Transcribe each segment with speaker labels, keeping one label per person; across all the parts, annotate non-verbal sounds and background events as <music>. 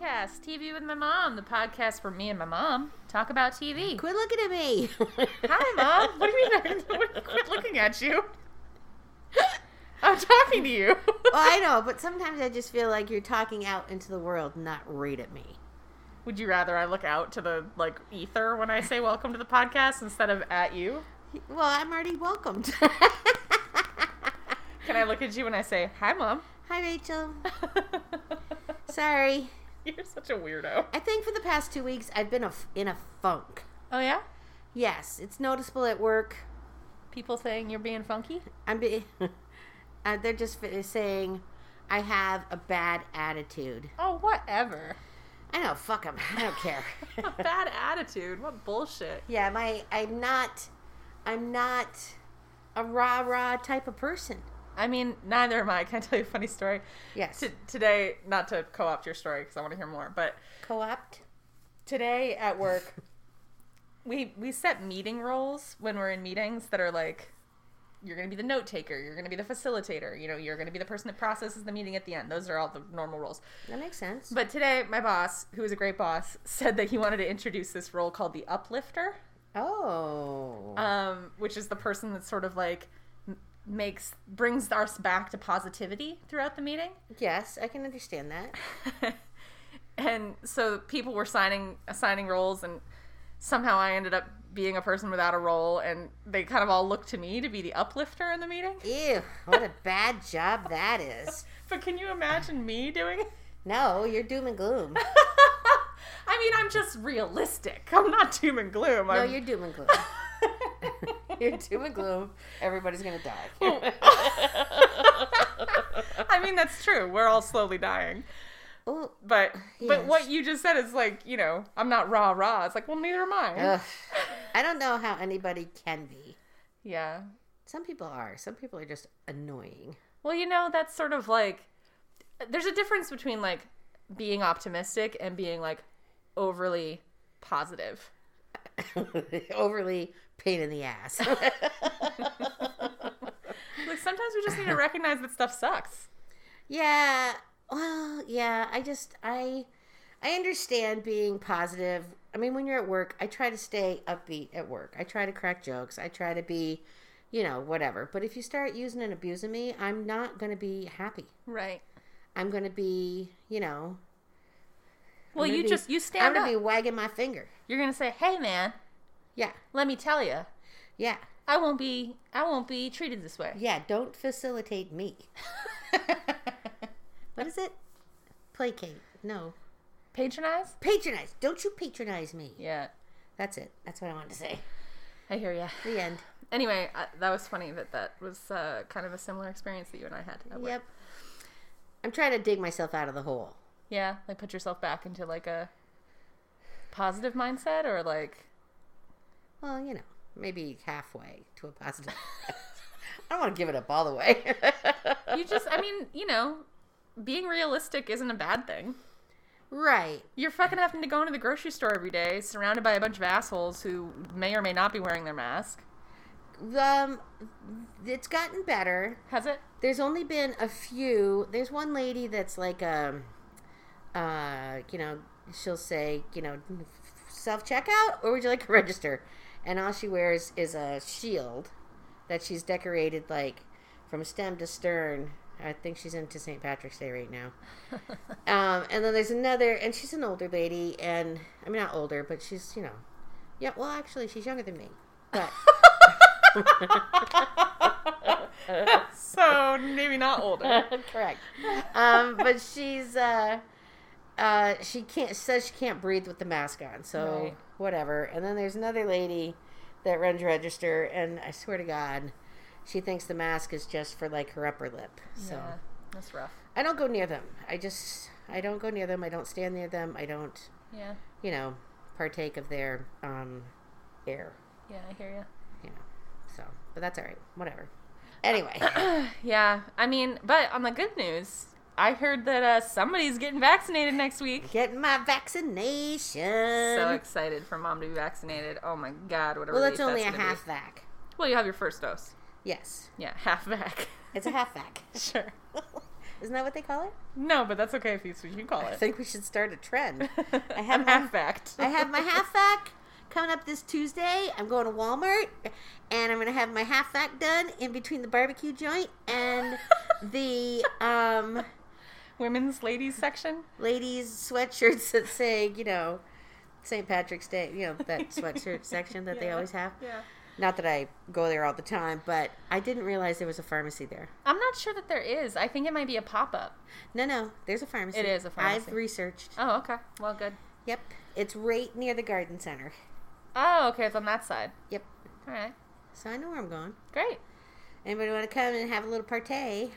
Speaker 1: That's TV with my mom, the podcast where me and my mom talk about TV.
Speaker 2: Quit looking at me.
Speaker 1: <laughs> Hi, mom. What do you mean? I- <laughs> Quit looking at you. I'm talking to you.
Speaker 2: Well, I know, but sometimes I just feel like you're talking out into the world, not right at me.
Speaker 1: <laughs> Would you rather I look out to the like ether when I say welcome to the podcast instead of at you?
Speaker 2: Well, I'm already welcomed. <laughs>
Speaker 1: Can I look at you when I say hi, mom? <laughs>
Speaker 2: Hi, Rachel. Sorry.
Speaker 1: You're such a weirdo.
Speaker 2: I think for the past two weeks, I've been a f in a funk.
Speaker 1: Oh yeah,
Speaker 2: Yes, it's noticeable at work.
Speaker 1: people saying you're being funky.
Speaker 2: I'm be- <laughs> uh, they're just fi- saying I have a bad attitude.
Speaker 1: Oh <laughs> whatever.
Speaker 2: I know, fuck them. I don't care. <laughs>
Speaker 1: Bad attitude. What bullshit.
Speaker 2: yeah, my I'm not I'm not a rah rah type of person.
Speaker 1: I mean, neither am I. <laughs> Can I tell you a funny story?
Speaker 2: Yes.
Speaker 1: T- today, not to co-opt your story because I want to hear more, but
Speaker 2: Co-opt.
Speaker 1: today at work, we we set meeting roles when we're in meetings that are like, you're going to be the note taker, you're going to be the facilitator, you know, you're going to be the person that processes the meeting at the end. Those are all the normal roles.
Speaker 2: That makes sense.
Speaker 1: But today, my boss, who is a great boss, <laughs> said that he wanted to introduce this role called the uplifter.
Speaker 2: oh.
Speaker 1: um, which is the person that sort of like m- makes brings us back to positivity throughout the meeting.
Speaker 2: yes, I can understand
Speaker 1: <laughs>
Speaker 2: that.
Speaker 1: and so people were signing assigning roles, and somehow I ended up being a person without a role, and they kind of all looked to me to be the uplifter in the meeting.
Speaker 2: Ew, what a bad job that is.
Speaker 1: But can you imagine me doing it?
Speaker 2: No, you're doom and gloom.
Speaker 1: I mean, I'm just realistic. I'm not doom and gloom.
Speaker 2: No,
Speaker 1: I'm...
Speaker 2: you're doom
Speaker 1: <laughs>
Speaker 2: and gloom. <laughs> You're doom and gloom. Everybody's gonna
Speaker 1: Oh.
Speaker 2: die.
Speaker 1: I mean, that's true. We're all slowly dying.
Speaker 2: Ooh,
Speaker 1: But but
Speaker 2: Yes.
Speaker 1: what you just said is like, you know, I'm not rah rah. It's like, well, neither am I.
Speaker 2: ugh. I don't know how anybody can be.
Speaker 1: Yeah.
Speaker 2: Some people are. Some people are just annoying. <laughs>
Speaker 1: Well, you know, that's sort of like there's a difference between like being optimistic and being like overly positive.
Speaker 2: Overly pain in the
Speaker 1: <laughs>
Speaker 2: ass. <laughs>
Speaker 1: Like sometimes we just need to recognize that stuff sucks.
Speaker 2: yeah. Well, yeah. I just I I understand being positive. I mean, when you're at work, I try to stay upbeat at work. I try to crack jokes. I try to be, you know, whatever. But if you start using and abusing me, I'm not going to be happy.
Speaker 1: Right.
Speaker 2: I'm going to be, you know,
Speaker 1: Well, you
Speaker 2: Maybe-
Speaker 1: just you
Speaker 2: I'm
Speaker 1: stand
Speaker 2: going
Speaker 1: up.
Speaker 2: to be wagging my finger.
Speaker 1: You're going to say, "Hey man,
Speaker 2: Yeah.
Speaker 1: let me tell you.
Speaker 2: Yeah.
Speaker 1: I won't be I won't be treated this
Speaker 2: <laughs>
Speaker 1: way."
Speaker 2: Yeah, don't facilitate me. What is it? Placate. No.
Speaker 1: Patronize?
Speaker 2: Patronize. Don't you patronize me.
Speaker 1: Yeah.
Speaker 2: That's it. That's what I wanted
Speaker 1: <laughs>
Speaker 2: to say.
Speaker 1: I hear you.
Speaker 2: The end.
Speaker 1: Anyway, I, that was funny that that was uh, kind of a similar experience that you and I had. at work.
Speaker 2: Yep. I'm trying to dig myself out of the hole.
Speaker 1: Yeah, like put yourself back into like a positive mindset or like
Speaker 2: Well, you know, maybe halfway to a <laughs> positive. I don't want to give it up all the way. <laughs>
Speaker 1: you just I mean, you know, being realistic isn't a bad thing.
Speaker 2: right.
Speaker 1: You're fucking having to go into the grocery store every day surrounded by a bunch of assholes who may or may not be wearing their mask.
Speaker 2: Um, it's gotten better.
Speaker 1: Has it?
Speaker 2: There's only been a few. There's one lady that's like um, uh, you know, she'll say, you know, self checkout or would you like to register? And all she wears is a shield that she's decorated like from stem to stern. I think she's into St. Patrick's Day right now. um, and then there's another, and she's an older lady, and I mean not older, but she's you know, yeah. Well, actually, she's younger than me, but.
Speaker 1: So maybe not older. <laughs>
Speaker 2: Correct. Um, but she's uh, uh, she can't says she can't breathe with the mask on, so
Speaker 1: Right.
Speaker 2: whatever. And then there's another lady that runs register, and I swear to God, she thinks the mask is just for like her upper lip. <laughs> So
Speaker 1: Yeah, that's rough.
Speaker 2: I don't go near them. I just I don't go near them. I don't stand near them. I don't
Speaker 1: Yeah,
Speaker 2: you know partake of their um, air.
Speaker 1: yeah, I hear you.
Speaker 2: You know, so but that's all right. Whatever.
Speaker 1: <coughs>
Speaker 2: Anyway,
Speaker 1: Yeah, I mean, but on the good news, I heard that uh, somebody's getting vaccinated next week.
Speaker 2: getting my vaccination.
Speaker 1: So excited for mom to be vaccinated. Oh my god, what a
Speaker 2: Well,
Speaker 1: relief
Speaker 2: it's only a
Speaker 1: that's gonna be.
Speaker 2: half vac.
Speaker 1: Well, you have your first dose.
Speaker 2: Yes,
Speaker 1: Yeah, half back.
Speaker 2: it's a half vac.
Speaker 1: <laughs>
Speaker 2: <laughs>
Speaker 1: sure.
Speaker 2: Isn't that what they call it?
Speaker 1: No, but that's okay if you, you can call
Speaker 2: I
Speaker 1: it. <laughs>
Speaker 2: think we should start a trend. I have
Speaker 1: I'm
Speaker 2: my-
Speaker 1: half backed.
Speaker 2: I have my half back coming up this Tuesday. I'm going to Walmart and I'm going to have my half back done in between the barbecue joint and the um,
Speaker 1: women's ladies section.
Speaker 2: ladies' sweatshirts that say, you know, St. Patrick's Day, you know, that sweatshirt section that they
Speaker 1: Yeah.
Speaker 2: always have.
Speaker 1: Yeah.
Speaker 2: Not that I go there all the time, but I didn't realize there was a pharmacy there.
Speaker 1: I'm not sure that there is. I think it might be a pop up.
Speaker 2: No, no, there's a pharmacy.
Speaker 1: It is a
Speaker 2: I've
Speaker 1: pharmacy.
Speaker 2: researched.
Speaker 1: Oh, okay. Well, good.
Speaker 2: Yep. It's right near the garden center.
Speaker 1: Oh, okay. It's on that side.
Speaker 2: Yep.
Speaker 1: All right.
Speaker 2: So I know where I'm going.
Speaker 1: Great.
Speaker 2: Anybody want to come and have a little partay?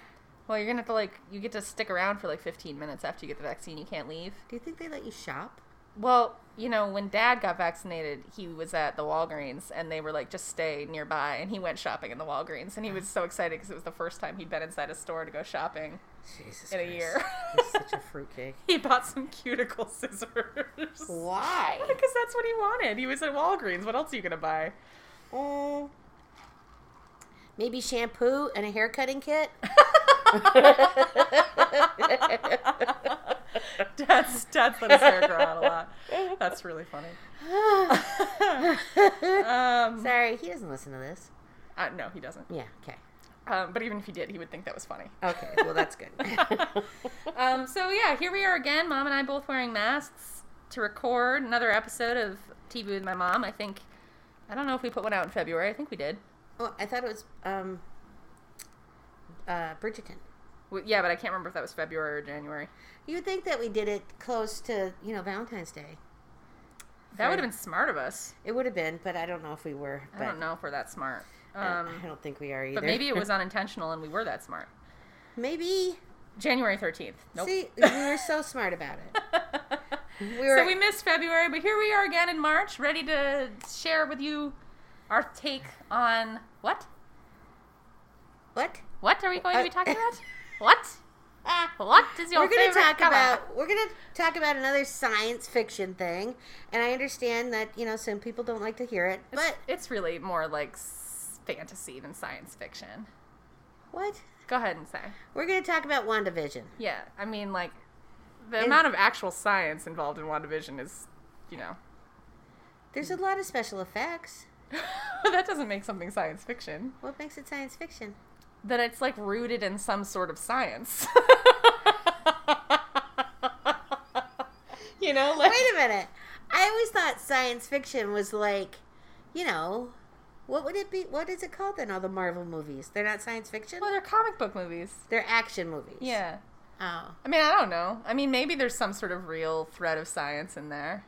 Speaker 1: Well, you're going to have to, like, you get to stick around for like 15 minutes after you get the vaccine. You can't leave.
Speaker 2: Do you think they let you shop?
Speaker 1: Well, you know, when dad got vaccinated, he was at the Walgreens and they were like, just stay nearby. And he went shopping in the Walgreens and he was so excited because it was the first time he'd been inside a store to go shopping
Speaker 2: Jesus.
Speaker 1: in a
Speaker 2: Christ.
Speaker 1: year. <laughs>
Speaker 2: He's such a fruitcake.
Speaker 1: he bought some cuticle scissors. <laughs>
Speaker 2: Why?
Speaker 1: Because that's what he wanted. He was at Walgreens. What else are you going to buy?
Speaker 2: Mm. Maybe shampoo and a hair
Speaker 1: <laughs>
Speaker 2: cutting kit?
Speaker 1: Dad's, dad's let his hair grow out a lot.
Speaker 2: <laughs>
Speaker 1: That's really funny. Um,
Speaker 2: Sorry, he doesn't listen to this.
Speaker 1: uh, no, he doesn't.
Speaker 2: Yeah, okay.
Speaker 1: Um, but even if he did, he would think that was funny.
Speaker 2: Okay, well, that's good.
Speaker 1: <laughs>
Speaker 2: <laughs>
Speaker 1: Um, so yeah, here we are again. Mom and I both wearing masks to record another episode of TV with my mom. I think I don't know if we put one out in February. I think we did.
Speaker 2: oh, I thought it was um, uh, Bridgerton.
Speaker 1: We, yeah, but I can't remember if that was February or January.
Speaker 2: You would think that we did it close to, you know, Valentine's Day.
Speaker 1: That would have been smart of us.
Speaker 2: It would have been, but I don't know if we were. But
Speaker 1: I don't know if we're that smart.
Speaker 2: I-
Speaker 1: Um,
Speaker 2: I don't think we are either.
Speaker 1: but maybe it was unintentional and we were that smart.
Speaker 2: <laughs> Maybe.
Speaker 1: January thirteenth. Nope.
Speaker 2: See,
Speaker 1: <laughs>
Speaker 2: we were so smart about it. We were.
Speaker 1: so we missed February, but here we are again in March, ready to share with you our take on what? <laughs>
Speaker 2: what?
Speaker 1: What are we going to be
Speaker 2: Uh, <laughs>
Speaker 1: talking about? what?
Speaker 2: Ah,
Speaker 1: What is your
Speaker 2: we're going to
Speaker 1: favorite
Speaker 2: talk
Speaker 1: color?
Speaker 2: about we're going to talk about another science fiction thing, and I understand that you know some people don't like to hear it, but
Speaker 1: It's really more like s- fantasy than science fiction.
Speaker 2: what?
Speaker 1: Go ahead and say.
Speaker 2: We're going to talk about WandaVision.
Speaker 1: Yeah, I mean, like the
Speaker 2: And-
Speaker 1: amount of actual science involved in WandaVision is, you know, <laughs>
Speaker 2: There's a
Speaker 1: Hmm.
Speaker 2: lot of special effects.
Speaker 1: that doesn't make something science fiction.
Speaker 2: What makes it science fiction?
Speaker 1: That it's like rooted in some sort of science. <laughs> <laughs> you know, like
Speaker 2: Wait a minute. I always thought science fiction was like, you know, what would it be? What is it called then? All the Marvel movies. They're not science fiction.
Speaker 1: well, they're comic book movies.
Speaker 2: They're action movies.
Speaker 1: Yeah.
Speaker 2: Oh.
Speaker 1: I mean, I don't know. I mean, maybe there's some sort of real thread of science in there.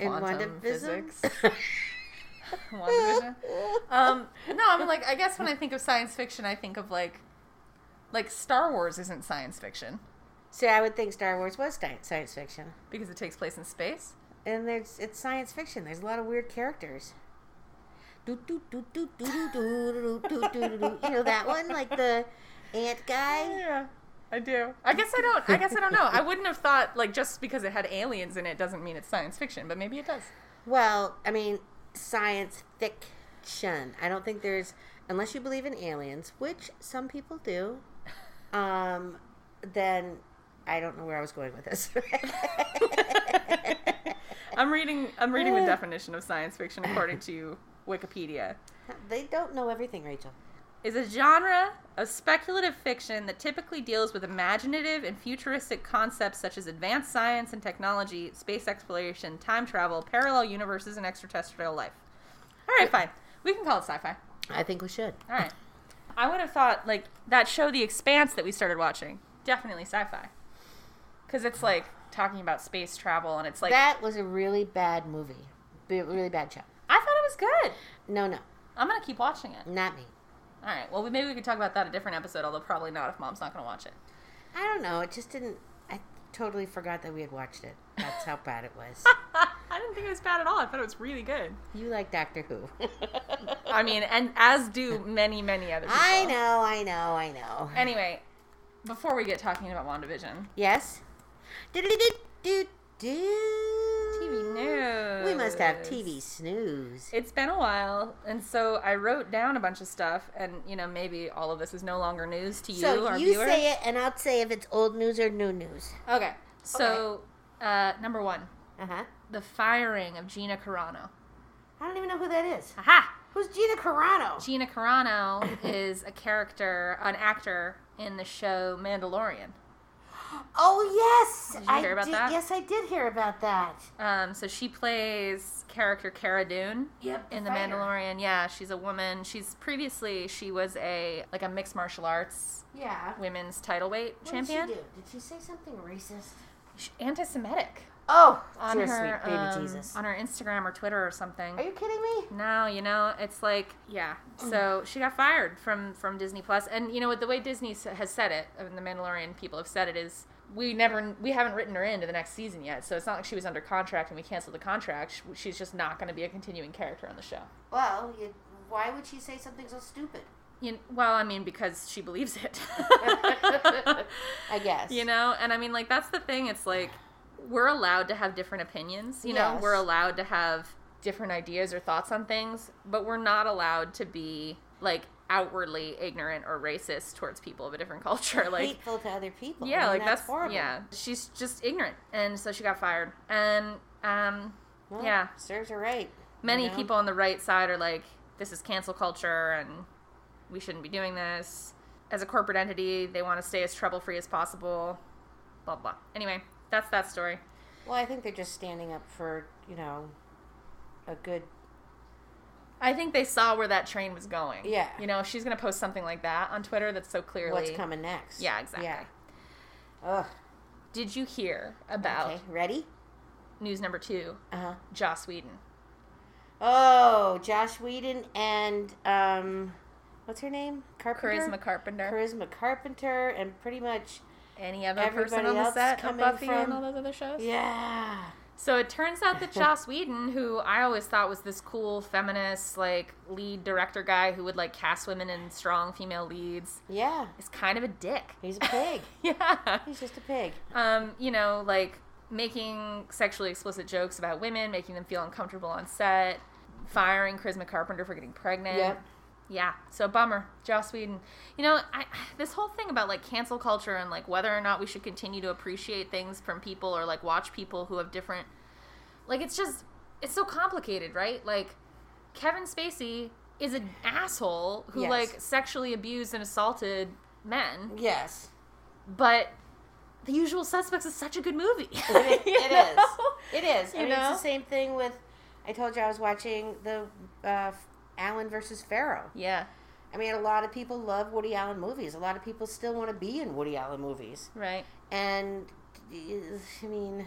Speaker 2: In
Speaker 1: Quantum <laughs>
Speaker 2: WandaVision?
Speaker 1: physics. WandaVision. Um, no, I mean, like, I guess when I think of science fiction, I think of like, like Star Wars isn't science fiction
Speaker 2: <laughs> See, I would think Star Wars was sci- science fiction,
Speaker 1: because it takes place in space.
Speaker 2: and there's it's science fiction. There's a lot of weird characters. Do do do do do do do do do do do do. You know that one, like the ant guy.
Speaker 1: Yeah, I do. I guess I don't. I guess I don't know. I wouldn't have thought like just because it had aliens in it doesn't mean it's science fiction, but maybe it does.
Speaker 2: Well, I mean, science fiction. I don't think there's unless you believe in aliens, which some people do. Um, then I don't know where I was going with this. <laughs>
Speaker 1: I'm reading. I'm reading the definition of science fiction according to Wikipedia.
Speaker 2: they don't know everything, Rachel.
Speaker 1: is a genre of speculative fiction that typically deals with imaginative and futuristic concepts such as advanced science and technology, space exploration, time travel, parallel universes, and extraterrestrial life. All right, fine. We can call it sci fi.
Speaker 2: I think we should.
Speaker 1: All right. <laughs> I would have thought, like, that show, The Expanse, that we started watching, definitely sci fi. Because it's like talking about space travel, and it's like,
Speaker 2: that was a really bad movie. Be- Really bad show.
Speaker 1: I thought it was good.
Speaker 2: No, no,
Speaker 1: I'm going to keep watching it.
Speaker 2: not me.
Speaker 1: All right. Well, we, maybe we could talk about that a different episode, although probably not if mom's not going to watch it.
Speaker 2: I don't know. It just didn't. I totally forgot that we had watched it. That's how bad it <laughs> was.
Speaker 1: I didn't think it was bad at all. I thought it was really good.
Speaker 2: You like Doctor Who. <laughs>
Speaker 1: I mean, and as do many, many other people.
Speaker 2: I know, I know, I know.
Speaker 1: Anyway, before we get talking about WandaVision,
Speaker 2: Yes? Do do do do do.
Speaker 1: TV snooze.
Speaker 2: We must have TV snooze.
Speaker 1: It's been a while, and so I wrote down a bunch of stuff, and you know maybe all of this is no longer news to you,
Speaker 2: so
Speaker 1: our
Speaker 2: you
Speaker 1: viewer.
Speaker 2: say it, and I'll say if it's old news or new news.
Speaker 1: Okay, so Uh, number one,
Speaker 2: Uh huh.
Speaker 1: the firing of Gina Carano.
Speaker 2: I don't even know who that is.
Speaker 1: Aha!
Speaker 2: Who's Gina Carano?
Speaker 1: Gina Carano
Speaker 2: <coughs>
Speaker 1: is a character, an actor in the show Mandalorian.
Speaker 2: Oh yes,
Speaker 1: Did you hear about that?
Speaker 2: Yes, I did hear about that.
Speaker 1: Um, so she plays character Cara Dune
Speaker 2: Yep.
Speaker 1: in The
Speaker 2: fighter.
Speaker 1: Mandalorian. Yeah, she's a woman. She's previously she was a like a mixed martial arts
Speaker 2: Yeah.
Speaker 1: women's title weight
Speaker 2: What
Speaker 1: champion.
Speaker 2: Did she, do? did she say something racist?
Speaker 1: She's Anti-Semitic
Speaker 2: Oh,
Speaker 1: on
Speaker 2: dear
Speaker 1: her
Speaker 2: sweet baby
Speaker 1: um,
Speaker 2: Jesus.
Speaker 1: on her Instagram or Twitter or something.
Speaker 2: Are you kidding me?
Speaker 1: No, you know, it's like yeah. So she got fired from from Disney Plus, and you know what? The way Disney s- has said it, and the Mandalorian people have said it is. We never, we haven't written her into the next season yet, so it's not like she was under contract and we canceled the contract. Sh- She's just not going to be a continuing character on the show.
Speaker 2: Well, you, why would she say something so stupid?
Speaker 1: You, well, I mean, because she believes <laughs> it.
Speaker 2: I guess.
Speaker 1: You know, and I mean, like, that's the thing. It's like, we're allowed to have different opinions. You know,
Speaker 2: Yes.
Speaker 1: we're allowed to have different ideas or thoughts on things, but we're not allowed to be, like, outwardly ignorant or racist towards people of a different <laughs> culture. Like,
Speaker 2: hateful to other people.
Speaker 1: yeah,
Speaker 2: I mean,
Speaker 1: like, that's,
Speaker 2: horrible.
Speaker 1: Yeah, she's just ignorant. And so she got fired. And, um,
Speaker 2: Well,
Speaker 1: yeah.
Speaker 2: serves her right. you
Speaker 1: Many
Speaker 2: know?
Speaker 1: people on the right side are like, this is cancel culture and we shouldn't be doing this. As a corporate entity, they want to stay as trouble free as possible. Blah, blah. Anyway, that's that story.
Speaker 2: Well, I think they're just standing up for you know a good.
Speaker 1: I think they saw where that train was going.
Speaker 2: Yeah.
Speaker 1: You know, if she's going to post something like that on Twitter that's so clearly.
Speaker 2: What's coming next?
Speaker 1: Yeah, exactly.
Speaker 2: Yeah. Ugh.
Speaker 1: Did you hear about
Speaker 2: Okay. Ready?
Speaker 1: news number two,
Speaker 2: Uh huh.
Speaker 1: Joss Whedon?
Speaker 2: Oh, Josh Whedon and um, what's her name? Carpenter.
Speaker 1: Charisma Carpenter.
Speaker 2: Charisma Carpenter and pretty much
Speaker 1: Any other person
Speaker 2: Everybody
Speaker 1: on the
Speaker 2: else
Speaker 1: set of
Speaker 2: coming
Speaker 1: Buffy and
Speaker 2: from-
Speaker 1: all those other shows?
Speaker 2: yeah.
Speaker 1: So it turns out that Joss Whedon, who I always thought was this cool feminist, like lead director guy who would like cast women in strong female leads,
Speaker 2: Yeah.
Speaker 1: is kind of a dick. <laughs>
Speaker 2: He's a pig.
Speaker 1: yeah.
Speaker 2: He's just a pig.
Speaker 1: Um, you know, like making sexually explicit jokes about women, making them feel uncomfortable on set, firing Charisma Carpenter for getting pregnant.
Speaker 2: Yep.
Speaker 1: Yeah. So bummer, Joss Whedon. You know, I, this whole thing about like cancel culture and like whether or not we should continue to appreciate things from people or like watch people who have different, like it's just it's so complicated, right? Like Kevin Spacey is an asshole who
Speaker 2: Yes.
Speaker 1: like sexually abused and assaulted men,
Speaker 2: Yes.
Speaker 1: but The Usual Suspects is such a good movie.
Speaker 2: It,
Speaker 1: <laughs> You
Speaker 2: it is.
Speaker 1: know?
Speaker 2: It is. I
Speaker 1: You
Speaker 2: mean, it's
Speaker 1: know?
Speaker 2: the same thing with. I told you I was watching the uh, Allen versus Pharaoh.
Speaker 1: Yeah.
Speaker 2: I mean, a lot of people love Woody Allen movies. A lot of people still want to be in Woody Allen movies.
Speaker 1: Right.
Speaker 2: And I mean,